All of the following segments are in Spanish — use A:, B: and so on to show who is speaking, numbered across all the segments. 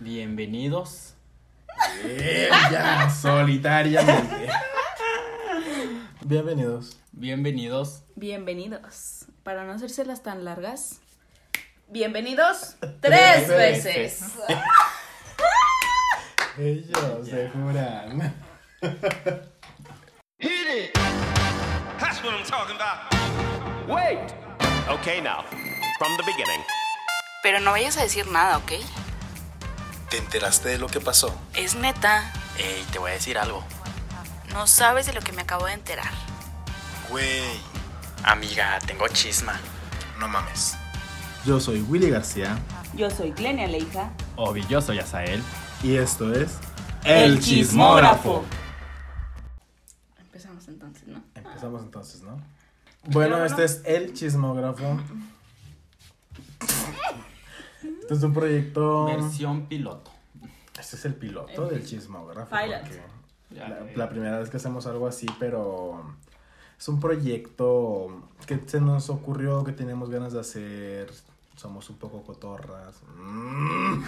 A: Bienvenidos.
B: Ella, solitariamente.
C: Bienvenidos.
A: Bienvenidos.
D: Bienvenidos. Para no hacérselas tan largas. Bienvenidos tres veces.
C: Ellos se juran.
E: That's what I'm talking about.
F: Okay, now, from the beginning.
D: Pero no vayas a decir nada, ¿ok?
G: ¿Te enteraste de lo que pasó?
D: Es neta.
A: Ey, te voy a decir algo.
D: No sabes de lo que me acabo de enterar.
G: Güey,
A: Amiga, tengo chisma.
G: no mames.
B: Yo soy Willy García
D: Yo soy Clenia, la hija.
A: Obi, yo soy Azael.
B: y esto es
D: Empezamos entonces, ¿no?
C: Empezamos entonces, ¿no? Bueno, este es El Chismógrafo. Este es un proyecto.
A: Versión piloto.
C: Este es el piloto del Chismógrafo.
D: Pilot.
C: porque
A: Ya,
C: la,
A: eh,
C: la primera vez que hacemos algo así, pero. Es un proyecto que se nos ocurrió, que teníamos ganas de hacer. Somos un poco cotorras. Mm.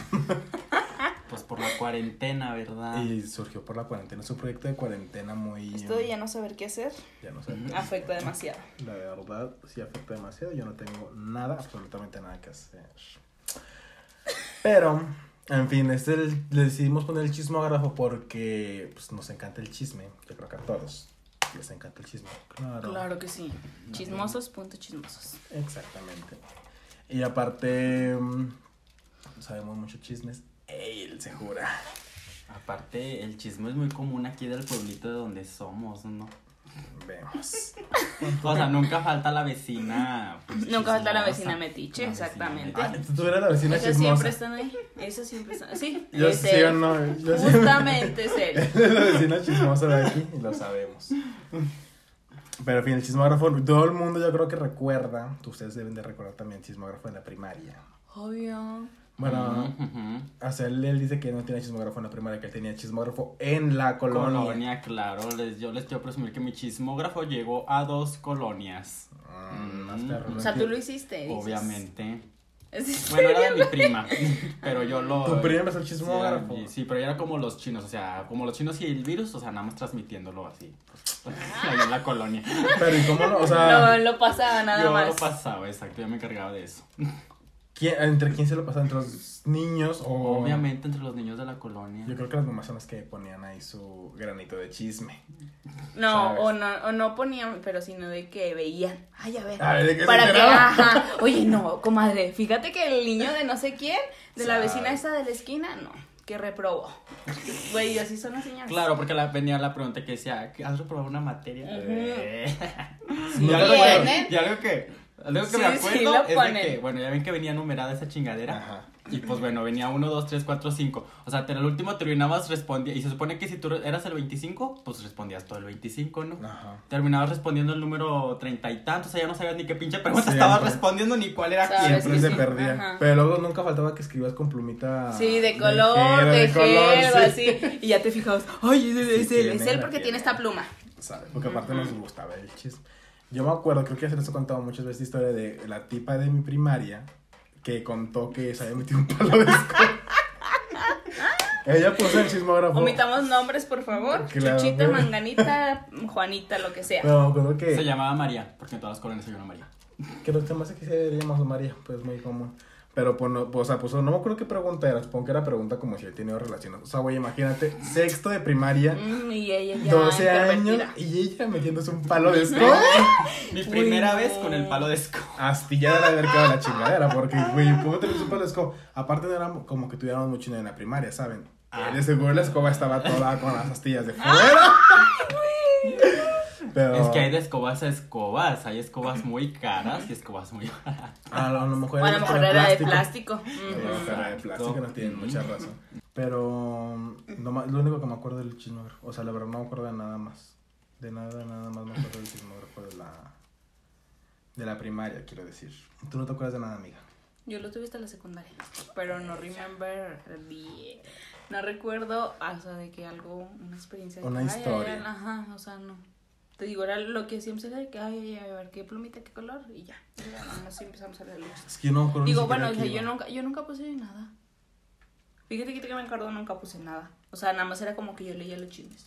A: Pues por la cuarentena, ¿verdad?
C: Y surgió por la cuarentena. Es un proyecto de cuarentena muy.
D: Esto de ya no saber qué hacer
C: Ya no sé.
D: afecta demasiado.
C: La verdad, sí afecta demasiado. Yo no tengo nada, absolutamente nada que hacer. Pero, en fin, este el- le decidimos poner el chismógrafo porque pues, nos encanta el chisme. Yo creo que a todos les encanta el chisme. Claro.
D: Claro que sí. Chismosos, punto chismosos.
C: Exactamente. Y aparte, mm, sabemos muchos chismes. Él se jura.
A: Aparte, el chisme es muy común aquí del pueblito de donde somos, ¿no?
C: Vemos.
A: O sea, nunca falta la vecina. pues,
D: Nunca falta la
A: chismosa.
D: vecina metiche,
A: La vecina
D: exactamente.
A: metiche.
C: Si tuviera Ah, la vecina
D: Esas
C: chismosa.
D: siempre están ahí. Esas siempre están. Sí. este,
C: Yo
D: es
C: sí
D: él.
C: o no. Yo sí.
D: Justamente es él.
C: Es la vecina chismosa de aquí y lo sabemos. Pero en fin, el chismógrafo, todo el mundo yo creo que recuerda, ustedes deben de recordar también el chismógrafo en la primaria.
D: Obvio.
C: Bueno,
A: Ujú, ujú.
C: o sea, él, él dice que no tiene chismógrafo en la primaria, que él tenía chismógrafo en la colonia.
A: Colonia, claro. Les, yo les quiero presumir que mi chismógrafo llegó a dos colonias.
C: Mm, más perro,
D: O sea, tú lo
C: entiendo.
D: hiciste. dices.
A: Obviamente.
D: Es-
A: Bueno, era de mi prima, pero yo lo...
C: Tu prima empezó el
A: Sí,
C: chismógrafo.
A: era- Sí, pero ya era como los chinos, o sea, como los chinos y el virus, o sea, nada más transmitiéndolo así. Ahí en la colonia.
C: Pero ¿y cómo no? O
D: No,
C: sea,
D: lo pasaba nada
A: yo
D: más.
A: lo pasaba, exacto, yo me encargaba de eso.
C: ¿quién- ¿entre quién se lo pasa? ¿Entre los niños o...?
A: Obviamente entre los niños de la colonia.
C: Yo creo que las mamás son las que ponían ahí su granito de chisme.
D: No,
C: ¿sabes?
D: o no, o no ponían, pero sino de que veían. Ay, a ver.
C: A ver, ¿de qué se
D: para que,
C: enteraba?
D: ajá. Oye, no, comadre, fíjate que el niño de no sé quién, de la
C: Sabe.
D: vecina esa de la esquina, no, que reprobó. Güey, así son las señales.
A: Claro, porque la, venía la pregunta que decía, ¿has reprobado una materia?
D: Ujú.
A: Eh.
C: No
A: y, algo
C: te
A: que,
D: acuerdas.
A: y algo que, algo que me
D: Sí, sí,
A: acuerdo
D: lo
A: es de
D: ponen.
A: que, bueno, ya ven que venía numerada esa chingadera.
C: Ajá.
A: Y pues bueno, venía 1, 2, 3, 4, 5. O sea, te- el último terminabas respondiendo. Y se supone que si tú eras el 25, pues respondías todo el 25, ¿no?
C: Ajá.
A: Terminabas respondiendo el número treinta y tantos. O sea, ya no sabías ni qué pinche pregunta
C: Siempre.
A: estabas respondiendo ni cuál era
D: Sabes
A: quién.
D: que
C: Siempre se
D: sí.
C: perdía.
D: Ajá.
C: Pero luego nunca faltaba que escribas con plumita.
D: Sí, de color,
C: gel,
D: de, gel,
C: sí.
D: así. Y ya te fijabas, ay, es, es
C: Sí,
D: él,
C: tiene,
D: es él
C: la
D: porque
C: tiene.
D: tiene esta pluma.
C: ¿Sabes? Porque aparte nos gustaba el chisme. Yo me acuerdo, creo que ya se les he contado muchas veces la historia de la tipa de mi primaria que contó que se había metido un palo de escoba. Ella puso el chismógrafo.
D: Omitamos nombres, por favor.
C: Claro.
D: Chuchita, manganita, Juanita, lo que sea.
C: Pero me acuerdo que.
A: Se llamaba María, porque en todas las colonias hay una María.
C: Que los temas que se llamamos María, pues muy común. Pero, pues, no, o sea, pues, no me acuerdo qué pregunta era. Supongo que era pregunta como si he tenido relaciones. O sea, güey, imagínate, sexto de primaria.
D: Mm, y ella ya
C: 12 años
D: pervertida.
C: y ella metiéndose un palo de escoba.
A: Mi primera
D: no.
A: vez con el palo de escoba.
C: Astillada de haber quedado la chingadera, porque, güey, ¿cómo te metes un palo de escoba? Aparte, no era como que tuviéramos mucho dinero en la primaria, ¿saben?
A: Ah.
C: De seguro la escoba estaba toda con las astillas de fuera. Pero,
A: Es que hay de escobas a escobas. Hay escobas muy caras y escobas muy baratas.
C: a lo, a lo mejor
D: O a lo mejor era de plástico.
C: A lo
D: Ujú.
C: mejor era de plástico, no tienen mucha razón. Pero no ma- lo único que me acuerdo del chismógrafo, o sea, la verdad no me acuerdo de nada más. De nada, nada más me acuerdo del chismógrafo de la de la primaria, quiero decir. Tú no te acuerdas de nada, amiga.
D: Yo lo tuve hasta la secundaria, pero no remember the- No recuerdo, ah, o sea, de que algo, una experiencia. de
C: Una
D: que, ay,
C: historia.
D: ay, ay, ajá, o sea, no. Te digo, era lo que siempre era de que, ay, ay, ay, a ver, qué plumita, qué color, y ya. Y ya, nada más empezamos a ver la luz.
C: Es que yo no me acuerdo ni
D: Digo,
C: siquiera
D: bueno, o sea,
C: que
D: yo
C: iba.
D: nunca, yo nunca puse nada. Fíjate que yo que me acuerdo nunca puse nada. O sea, nada más era como que yo leía los chismes.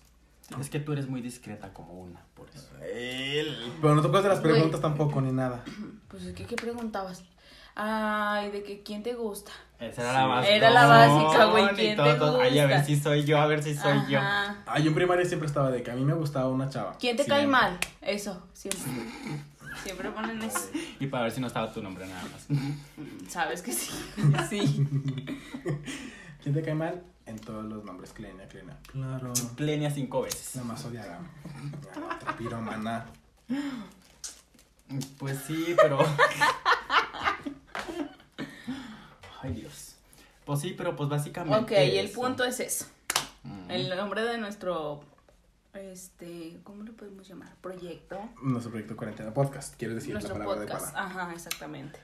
A: Es que tú eres muy discreta como una, por eso.
B: Él.
C: Pero no te acuerdas de las
D: Güey.
C: preguntas tampoco, ni nada.
D: Pues es que, ¿qué preguntabas? Ay, de que quién te gusta.
A: Esa era la básica.
D: Era la básica, güey, ¿quién te
A: Ay, a ver
D: gusta?
A: si soy yo, a ver si soy yo.
D: Ajá.
C: Ah, yo en primaria siempre estaba de que a mí me gustaba una chava.
D: ¿Quién te
A: Sí,
D: cae
A: ya.
D: mal? Eso, siempre. Siempre ponen eso.
A: Y para ver si no estaba tu nombre nada más.
D: Sabes que sí. Sí.
C: ¿Quién te cae mal? En todos los nombres, Clenia, Clenia. Claro.
A: Plenia cinco veces.
C: La más odiada. Ya, otra Piromana.
A: Pues sí, pero. Ay, Dios. Pues sí, pero pues básicamente.
D: Ok, y el
A: eso.
D: punto es eso.
A: Mm.
D: El nombre de nuestro. Este. ¿Cómo lo podemos llamar? Proyecto.
C: Nuestro proyecto cuarentena podcast, quiero decir
D: Nuestro
C: la palabra
D: podcast.
C: adecuada.
D: Ajá, exactamente.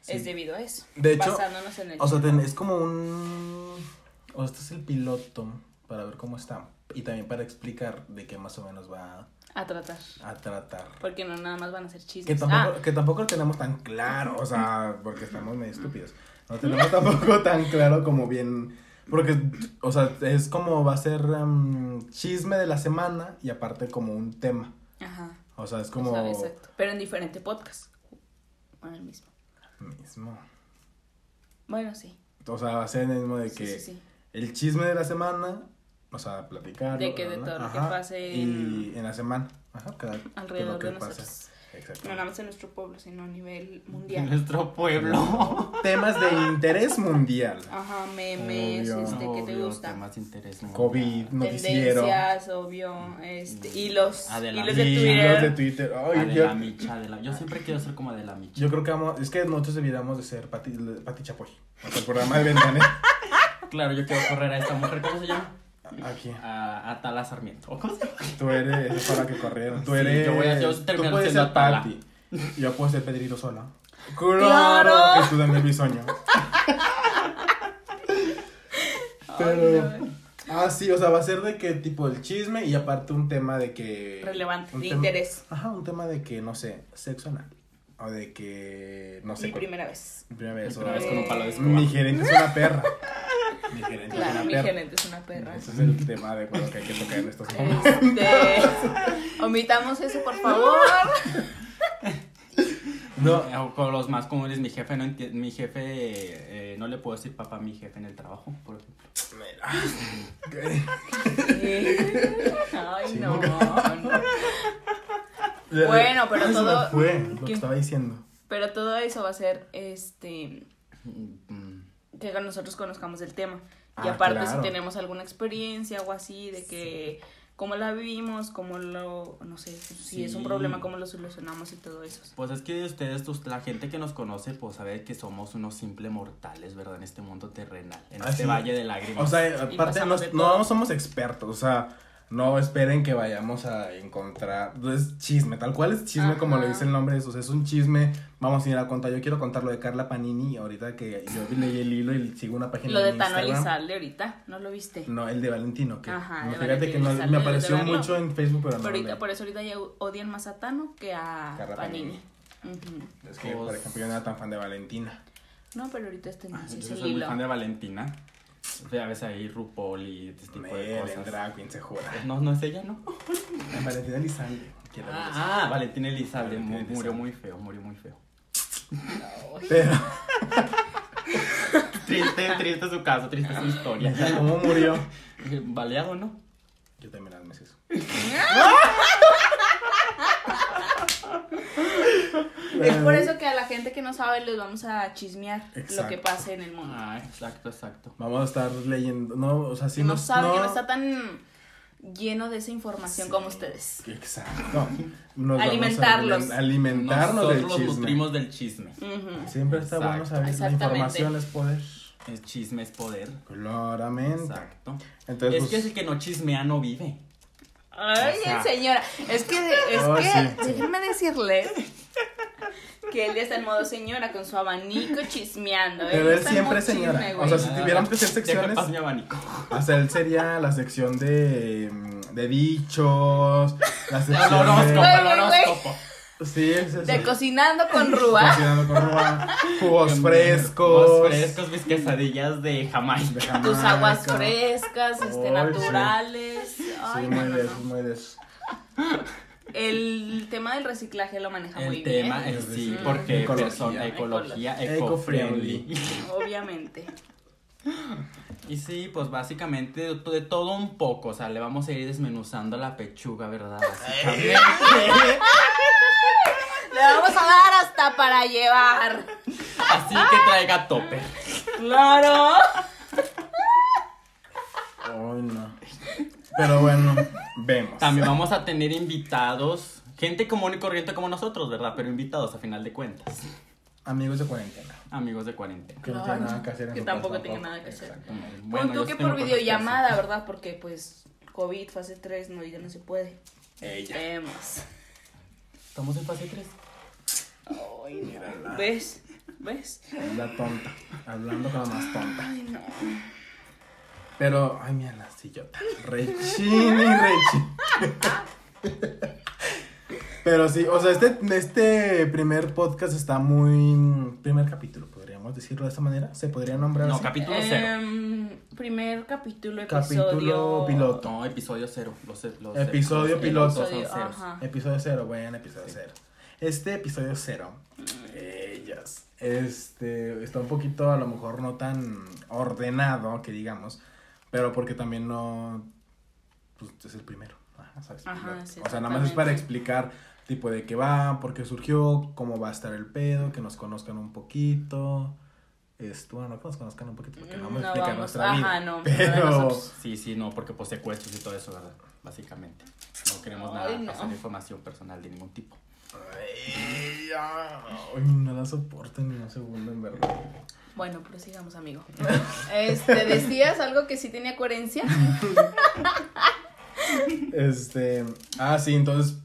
C: Sí.
D: Es debido a eso.
C: De hecho,
D: basándonos en el.
C: O sea, ten- es como un. O sea, este es el piloto para ver cómo está. Y también para explicar de qué más o menos va
D: a tratar.
C: a tratar.
D: Porque no nada más van a ser
C: Que
D: chismes.
C: tampoco,
D: Ah,
C: que tampoco lo tenemos tan claro, o sea, porque estamos medio estúpidos. No tenemos tampoco tan claro como bien. Porque, o sea, es como va a ser em, chisme de la semana y aparte como un tema.
D: ajá.
C: O sea, es
D: Como...
C: como.
D: exacto. Pero en diferente podcast. Bueno, el mismo.
C: mismo.
D: Bueno, sí.
C: O sea, va a ser el mismo de
D: Sí,
C: que
D: sí, sí.
C: el chisme de la semana, o sea, platicar.
D: De que de todo lo que pase en-
C: Y en la semana. Ajá, cada-
D: Alrededor
C: lo que
D: de
C: pase.
D: nosotros. No nada
C: Exactamente.
D: más en nuestro pueblo, sino a nivel
A: En
D: mundial.
A: nuestro pueblo.
C: Temas de interés mundial.
D: Ajá, memes,
C: Obvio.
D: este, ¿qué te
A: Obvio,
D: gusta?
A: temas de interés mundial.
C: COVID, noticiero. Mm.
D: tendencias, obvio, este, hilos,
A: Adela-
D: hilos de
C: Y
D: Twitter.
C: los de Twitter. Ay,
A: Adela
C: yo,
A: Ah, Micha, Adela- Yo siempre quiero ser como Adela Micha.
C: yo creo que vamos. Es que nosotros debiéramos de ser Pati, Pati Chapoy. O sea, el programa de Ventané.
A: Claro, yo quiero correr a esta mujer. ¿Cómo se llama?
C: Aquí.
A: A Atala Sarmiento. ¿O ¿Cómo se llama?
C: Tú eres. Esa fue la que corrieron. Tú
A: Sí,
C: eres.
A: yo voy a- yo
C: tú
A: terminar
C: puedes
A: siendo
C: ser
A: Atala.
C: Pati. Yo puedo ser Pedrito Sola.
D: ¡Claro!
C: Que tú también bisoño. Pero.
D: Ay, no.
C: Ah, sí, o sea, va a ser de que tipo el chisme y aparte un tema de que.
D: Relevante,
C: un
D: de
C: tema-
D: interés.
C: Ajá, un tema de que, no sé, sexo anal. O de que. No sé.
D: Mi
C: cuál-
D: primera vez.
C: Mi primera vez.
A: Mi primera
C: o-
A: vez con un palo de escoba.
C: Mi gerente es una perra. Mi gerente es
D: Claro,
C: una
D: mi
C: perra.
D: gerente es una perra.
C: Ese es el tema adecuado que hay que tocar en estos momentos.
D: Este, omitamos eso, por favor.
C: No,
A: Eh, o Con los más comunes, mi jefe no enti- mi jefe eh, eh, no le puedo decir papá a mi jefe en el trabajo, por ejemplo.
D: Ay, no, no. Bueno, pero
C: Ay, se me
D: todo-
C: fue lo
D: ¿Qué?
C: que estaba diciendo.
D: Pero todo eso va a ser este
A: Mm, mm.
D: que nosotros conozcamos el tema. Y
C: Ah,
D: aparte
C: claro.
D: si tenemos alguna experiencia o así de que cómo la vivimos, cómo lo no sé, si es un
A: Sí.
D: problema cómo lo solucionamos y todo eso.
A: Pues es que de ustedes, tus- la gente que nos conoce, pues sabe que somos unos simples mortales, ¿verdad? En este mundo terrenal, en
C: Ah,
A: este
C: sí.
A: valle de lágrimas.
C: O sea, aparte no,
D: pasamos de todo.
C: no somos expertos, o sea, no esperen que vayamos a encontrar, es chisme, tal cual es chisme como
D: Ajá.
C: lo dice el nombre de eso, o sea, es un chisme, vamos a ir a contar, yo quiero contar lo de Carla Panini, ahorita que yo leí el hilo y sigo una página
D: Lo de
C: en
D: Tano
C: Instagram.
D: Elizalde ahorita, ¿no lo viste?
C: No, el de Valentino, que
D: Ajá,
C: no,
D: de
C: fíjate que
D: Valentino
C: no-
D: Elizalde,
C: me
D: de
C: apareció
D: verlo.
C: mucho en Facebook, pero no
D: Pero
C: lo
D: ahorita-
C: leí.
D: por eso ahorita ya odian más a Tano que a
C: Carla
D: Panini.
C: Panini.
D: Ujú.
C: Es que, por ejemplo, yo no era tan fan de Valentina.
D: No, pero ahorita está en
A: Ah,
D: ese
A: Yo soy muy
D: hilo.
A: fan de Valentina. Ya ves ahí RuPaul y este tipo de
C: Mel, en
A: cosas. Pues
C: drag queen, se jura.
A: No, no es ella, ¿no?
C: Valentina Elizalde. quiero decir.
A: Ah, ah, Valentina Elizalde
C: Valentina
A: mu- murió
C: Elizalde.
A: muy feo, murió muy feo.
C: Pero,
A: Triste, triste su caso, triste su historia.
C: ¿cómo murió?
A: Baleado, ¿no?
C: Yo también las meses.
D: Es por eso que a la gente que no sabe les vamos a chismear lo que
C: Eh, Exacto.
D: pase en el mundo.
A: Ah, exacto, exacto.
C: Vamos a estar leyendo. No, o sea, si
D: que no
C: nos-
D: sabe, que no está tan lleno de esa información como ustedes.
C: Exacto. Nos vamos a
D: Alimentarlos.
C: aliment- alimentarnos del
A: Nosotros nos
C: chisme.
A: nutrimos del chisme.
D: Ujú.
C: Siempre está bueno
A: Exacto.
C: saber la
D: Exactamente.
C: información es poder.
A: El chisme es poder.
C: Claramente.
A: Exacto.
C: Entonces,
A: es que es
C: pues,
A: el que no chismea no vive.
D: Ay,
A: O sea.
D: señora, es que, es
C: Oh,
D: que,
C: sí.
D: déjenme decirle que él ya está en modo señora con su abanico chismeando. ¿eh?
C: Pero él
D: está en
C: siempre
D: modo
C: es señora.
D: chisme,
C: O
D: güey.
C: sea, sí. Si tuviéramos que hacer secciones-
A: Ya que pase mi abanico.
C: o sea, él sería la sección de, mm, de dichos, la sección
A: El horóscopo,
C: de...
A: el
D: Güey, güey, güey.
A: horóscopo.
C: Sí, es eso.
D: De cocinando con Rúa.
C: Cocinando con Rúa. Jugos frescos.
A: Los frescos, mis quesadillas de Jamaica.
D: Tus aguas
C: Jamaica.
D: frescas, este,
C: Ay,
D: naturales.
C: Sí,
D: Ay, no,
C: muy
D: no,
C: de
D: no.
C: eso, muy de eso.
D: El tema del reciclaje lo maneja Ah, muy
A: El
D: bien.
A: tema es sí,
D: Mm.
A: porque
C: Ecología.
A: persona, ecología,
C: Eco-friendly.
A: eco-friendly.
D: Obviamente.
A: Y sí, pues básicamente de, de todo un poco, o sea, le vamos a ir desmenuzando la pechuga, ¿verdad? Básicamente.
D: Le vamos a dar hasta para llevar.
A: Así que traiga tope.
D: Claro.
C: Ay, no. Pero bueno, vemos.
A: También vamos a tener invitados, gente común y corriente como nosotros, ¿verdad? Pero invitados a final de cuentas,
C: Amigos de cuarentena.
A: amigos de cuarentena.
C: Que no tienen nada que hacer en
D: Que
C: su
D: tampoco
C: casa
D: tienen nada que hacer.
A: Exactamente.
D: Bueno,
A: yo
D: tú que
A: tengo
D: por
A: cosas
D: videollamada, ¿verdad? Porque pues COVID, fase 3, no, ya no se puede. Vemos.
A: hacer. Estamos en fase 3.
D: Ay, no. ¿Ves? ¿Ves?
C: La tonta. Hablando con la más tonta.
D: Ay, no.
C: Pero, ay, mira la sillota. Rechini, rechi. Pero sí, o sea, este, este primer podcast está muy. Primer capítulo, podríamos decirlo de esta manera. Se podría nombrar.
A: No,
C: así?
A: capítulo
D: Eh,
A: 0.
D: Em, primer capítulo, episodio.
C: Capítulo piloto.
A: No, episodio 0. Los, los-
C: Episodio
A: los-
C: piloto.
A: los- los- los-
D: Ajá.
C: Episodio cero, buen episodio cero. Este episodio cero, ellas, este, está un poquito, a lo mejor no tan ordenado, que digamos, pero porque también no, pues es el primero, ajá, ¿sabes?
D: Ajá,
C: Piloto.
D: sí,
C: o sea, nada más es
D: exactamente.
C: para explicar tipo de qué va, por qué surgió, cómo va a estar el pedo, que nos conozcan un poquito. Esto, bueno, no que nos conozcan un poquito porque no vamos a
D: Mm, No
C: explicar
D: vamos,
C: nuestra vida.
D: ajá, no, pero de
C: pero
D: nosotros.
A: Sí, sí, no, porque pues secuestros y todo eso, ¿verdad? Básicamente. No queremos
D: Ay,
A: nada,
D: no.
A: pasar información personal de ningún tipo.
C: Ay, ya. Ay, no la soporto ni un segundo, en verdad.
D: Bueno, prosigamos, amigo. Este, decías algo que sí tenía coherencia.
C: Este. Ah, sí, entonces.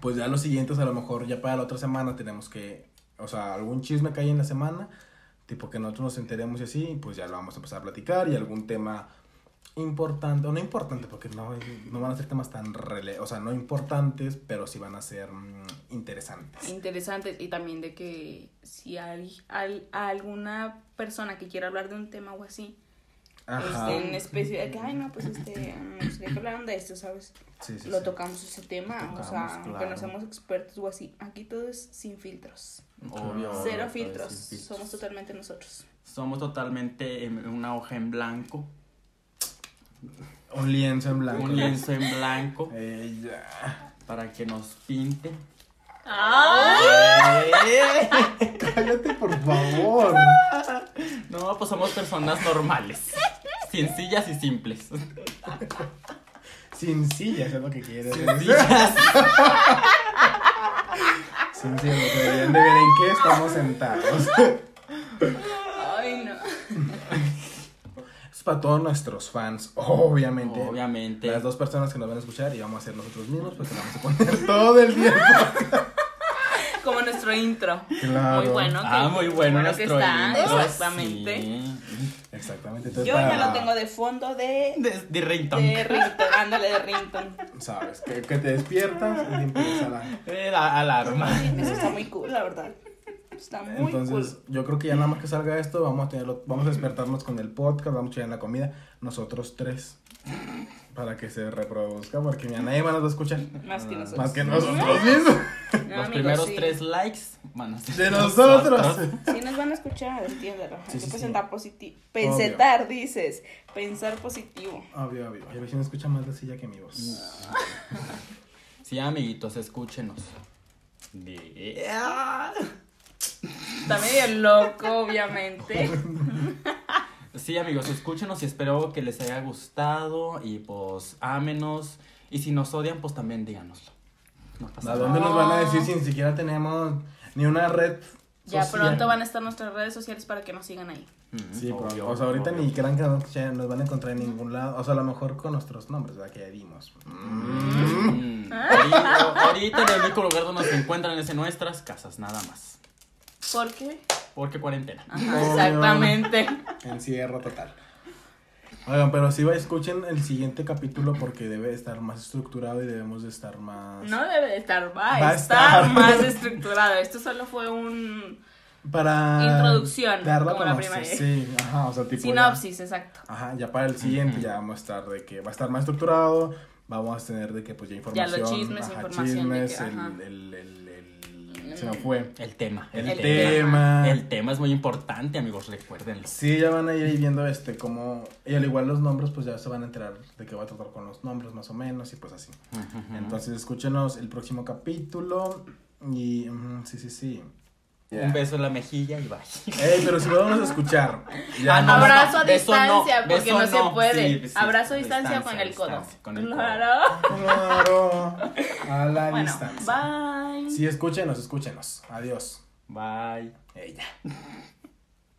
C: Pues ya los siguientes, a lo mejor ya para la otra semana tenemos que. O sea, algún chisme que hay en la semana. Tipo que nosotros nos enteremos y así. y Pues ya lo vamos a empezar a platicar. Y algún tema importante. O no importante, porque no, no van a ser temas tan rele O sea, no importantes, pero sí van a ser mm, interesantes.
D: Interesante. Y también de que si hay, al- alguna persona que quiera hablar de un tema o así,
C: Ajá.
D: este, en especie de que, ay, no, pues este, me gustaría que hablaran de esto, ¿sabes?
C: Sí, sí,
D: Lo
C: sí.
D: tocamos ese tema,
A: Lo
D: o sea,
A: tocamos, claro.
D: aunque no seamos expertos o así. Aquí todo es sin filtros.
A: Obvio.
D: Cero
A: todo
D: filtros.
A: es sin
D: Somos totalmente nosotros.
A: Somos totalmente en una hoja en blanco,
C: Un lienzo en blanco.
A: un lienzo en blanco
C: Eh, ya.
A: para que nos pinte.
C: Cállate, por favor.
A: No, pues somos personas normales, sencillas y simples.
C: Sin sillas es lo que quieres.
A: Sencillas.
C: Sin sillas, lo que deberían de ver en qué estamos sentados.
D: Ay, no.
C: Es para todos nuestros fans, obviamente.
A: Obviamente.
C: Las dos personas que nos van a escuchar y vamos a ser nosotros mismos porque vamos a poner todo el día.
D: Como nuestro intro.
C: Claro.
D: Muy bueno.
A: Ah,
D: que-
A: muy bueno
D: que
A: nuestro
D: está,
A: intro,
D: Exactamente.
A: sí.
C: Exactamente. entonces
D: Yo ya
C: para-
D: lo tengo de fondo de,
A: De, de ringtone.
D: de Rington. Ándale, de Rington.
C: Sabes, que, que te despiertas y empieza la.
A: Eh, la alarma.
D: Eso está muy cool, la verdad. Está muy
C: Entonces,
D: cool.
C: yo creo que ya nada más que salga esto, vamos a tenerlo, vamos a despertarnos con el podcast, vamos a ir a la comida, nosotros tres, para que se reproduzca, porque mira, nadie más nos va a escuchar. Ah,
D: Más que nosotros.
C: Más que nosotros mismos.
D: No,
A: Los
D: amigos,
A: primeros
D: sí.
A: tres likes van a ser
C: De nosotros.
D: Sí nos van a escuchar, entiéndelo. Hay
C: Sí,
D: que
C: sí,
D: presentar positivo.
C: Obvio.
D: Pensetar, dices. Pensar positivo.
C: Obvio, obvio. Ay, a ver si me escucha más la silla que mi voz.
A: Sí, amiguitos, escúchenos. De-
D: Está medio loco, obviamente.
A: Sí, amigos, escúchenos y espero que les haya gustado y pues ámenos. Y si nos odian, pues también díganoslo. No pasa
C: ¿A
A: nada.
C: dónde nos van a decir si ni siquiera tenemos ni una red?
D: Ya
C: social?
D: pronto van a estar nuestras redes sociales para que nos sigan ahí.
A: Mm,
C: Sí,
A: obvio,
C: pronto. O sea, ahorita
A: obvio.
C: ni crean que nos, ya nos van a encontrar en ningún lado. O sea, a lo mejor con nuestros nombres, ¿verdad? Que ya dimos.
A: Mm, ahorita, ahorita en el único lugar donde nos encuentran es en nuestras casas, nada más.
D: ¿Por qué?
A: Porque cuarentena.
D: Ajá,
C: Obvio.
D: exactamente.
C: Encierro total. Oigan, pero sí va, escuchen el siguiente capítulo porque debe estar más estructurado y debemos de estar más...
D: No debe de estar, va,
C: Va
D: a
C: a
D: estar,
C: estar.
D: más estructurado. Esto solo fue un
C: Para...
D: Introducción,
C: Darla
D: como
C: como
D: la
C: la
D: primaria.
C: Sí, ajá, o sea, tipo... ya-
D: sinopsis, exacto.
C: Ajá, ya para el siguiente ya vamos a estar de que va a estar más estructurado, vamos a tener de que pues ya
D: Ya los
C: información.
D: chismes,
C: ajá,
D: información de que,
C: chismes, el-
D: ajá.
C: el, el, el- el- se me fue.
A: El tema.
C: El,
D: El
C: tema.
A: El tema es muy importante, amigos, recuérdenlo.
C: Sí, ya van a ir ahí viendo este cómo, y al igual los nombres pues ya se van a enterar de qué va a tratar con los nombres más o menos y pues así. Entonces escúchenos el próximo capítulo y ujú, sí, sí, sí.
A: Un beso en la mejilla y bye.
C: Ey, pero si lo vamos a escuchar. Ya
A: Ah, no, no,
D: Abrazo a
A: no, beso no,
D: distancia, porque
A: beso
D: no, se
A: no,
D: puede.
A: sí, sí,
D: Abrazo a distancia,
A: distancia,
D: con el codo.
A: distancia, con el codo.
D: Claro.
C: Claro. A la
D: Bueno,
C: distancia.
D: bye.
C: Sí, escúchenos, escúchenos. Adiós.
A: Bye.
C: Ella.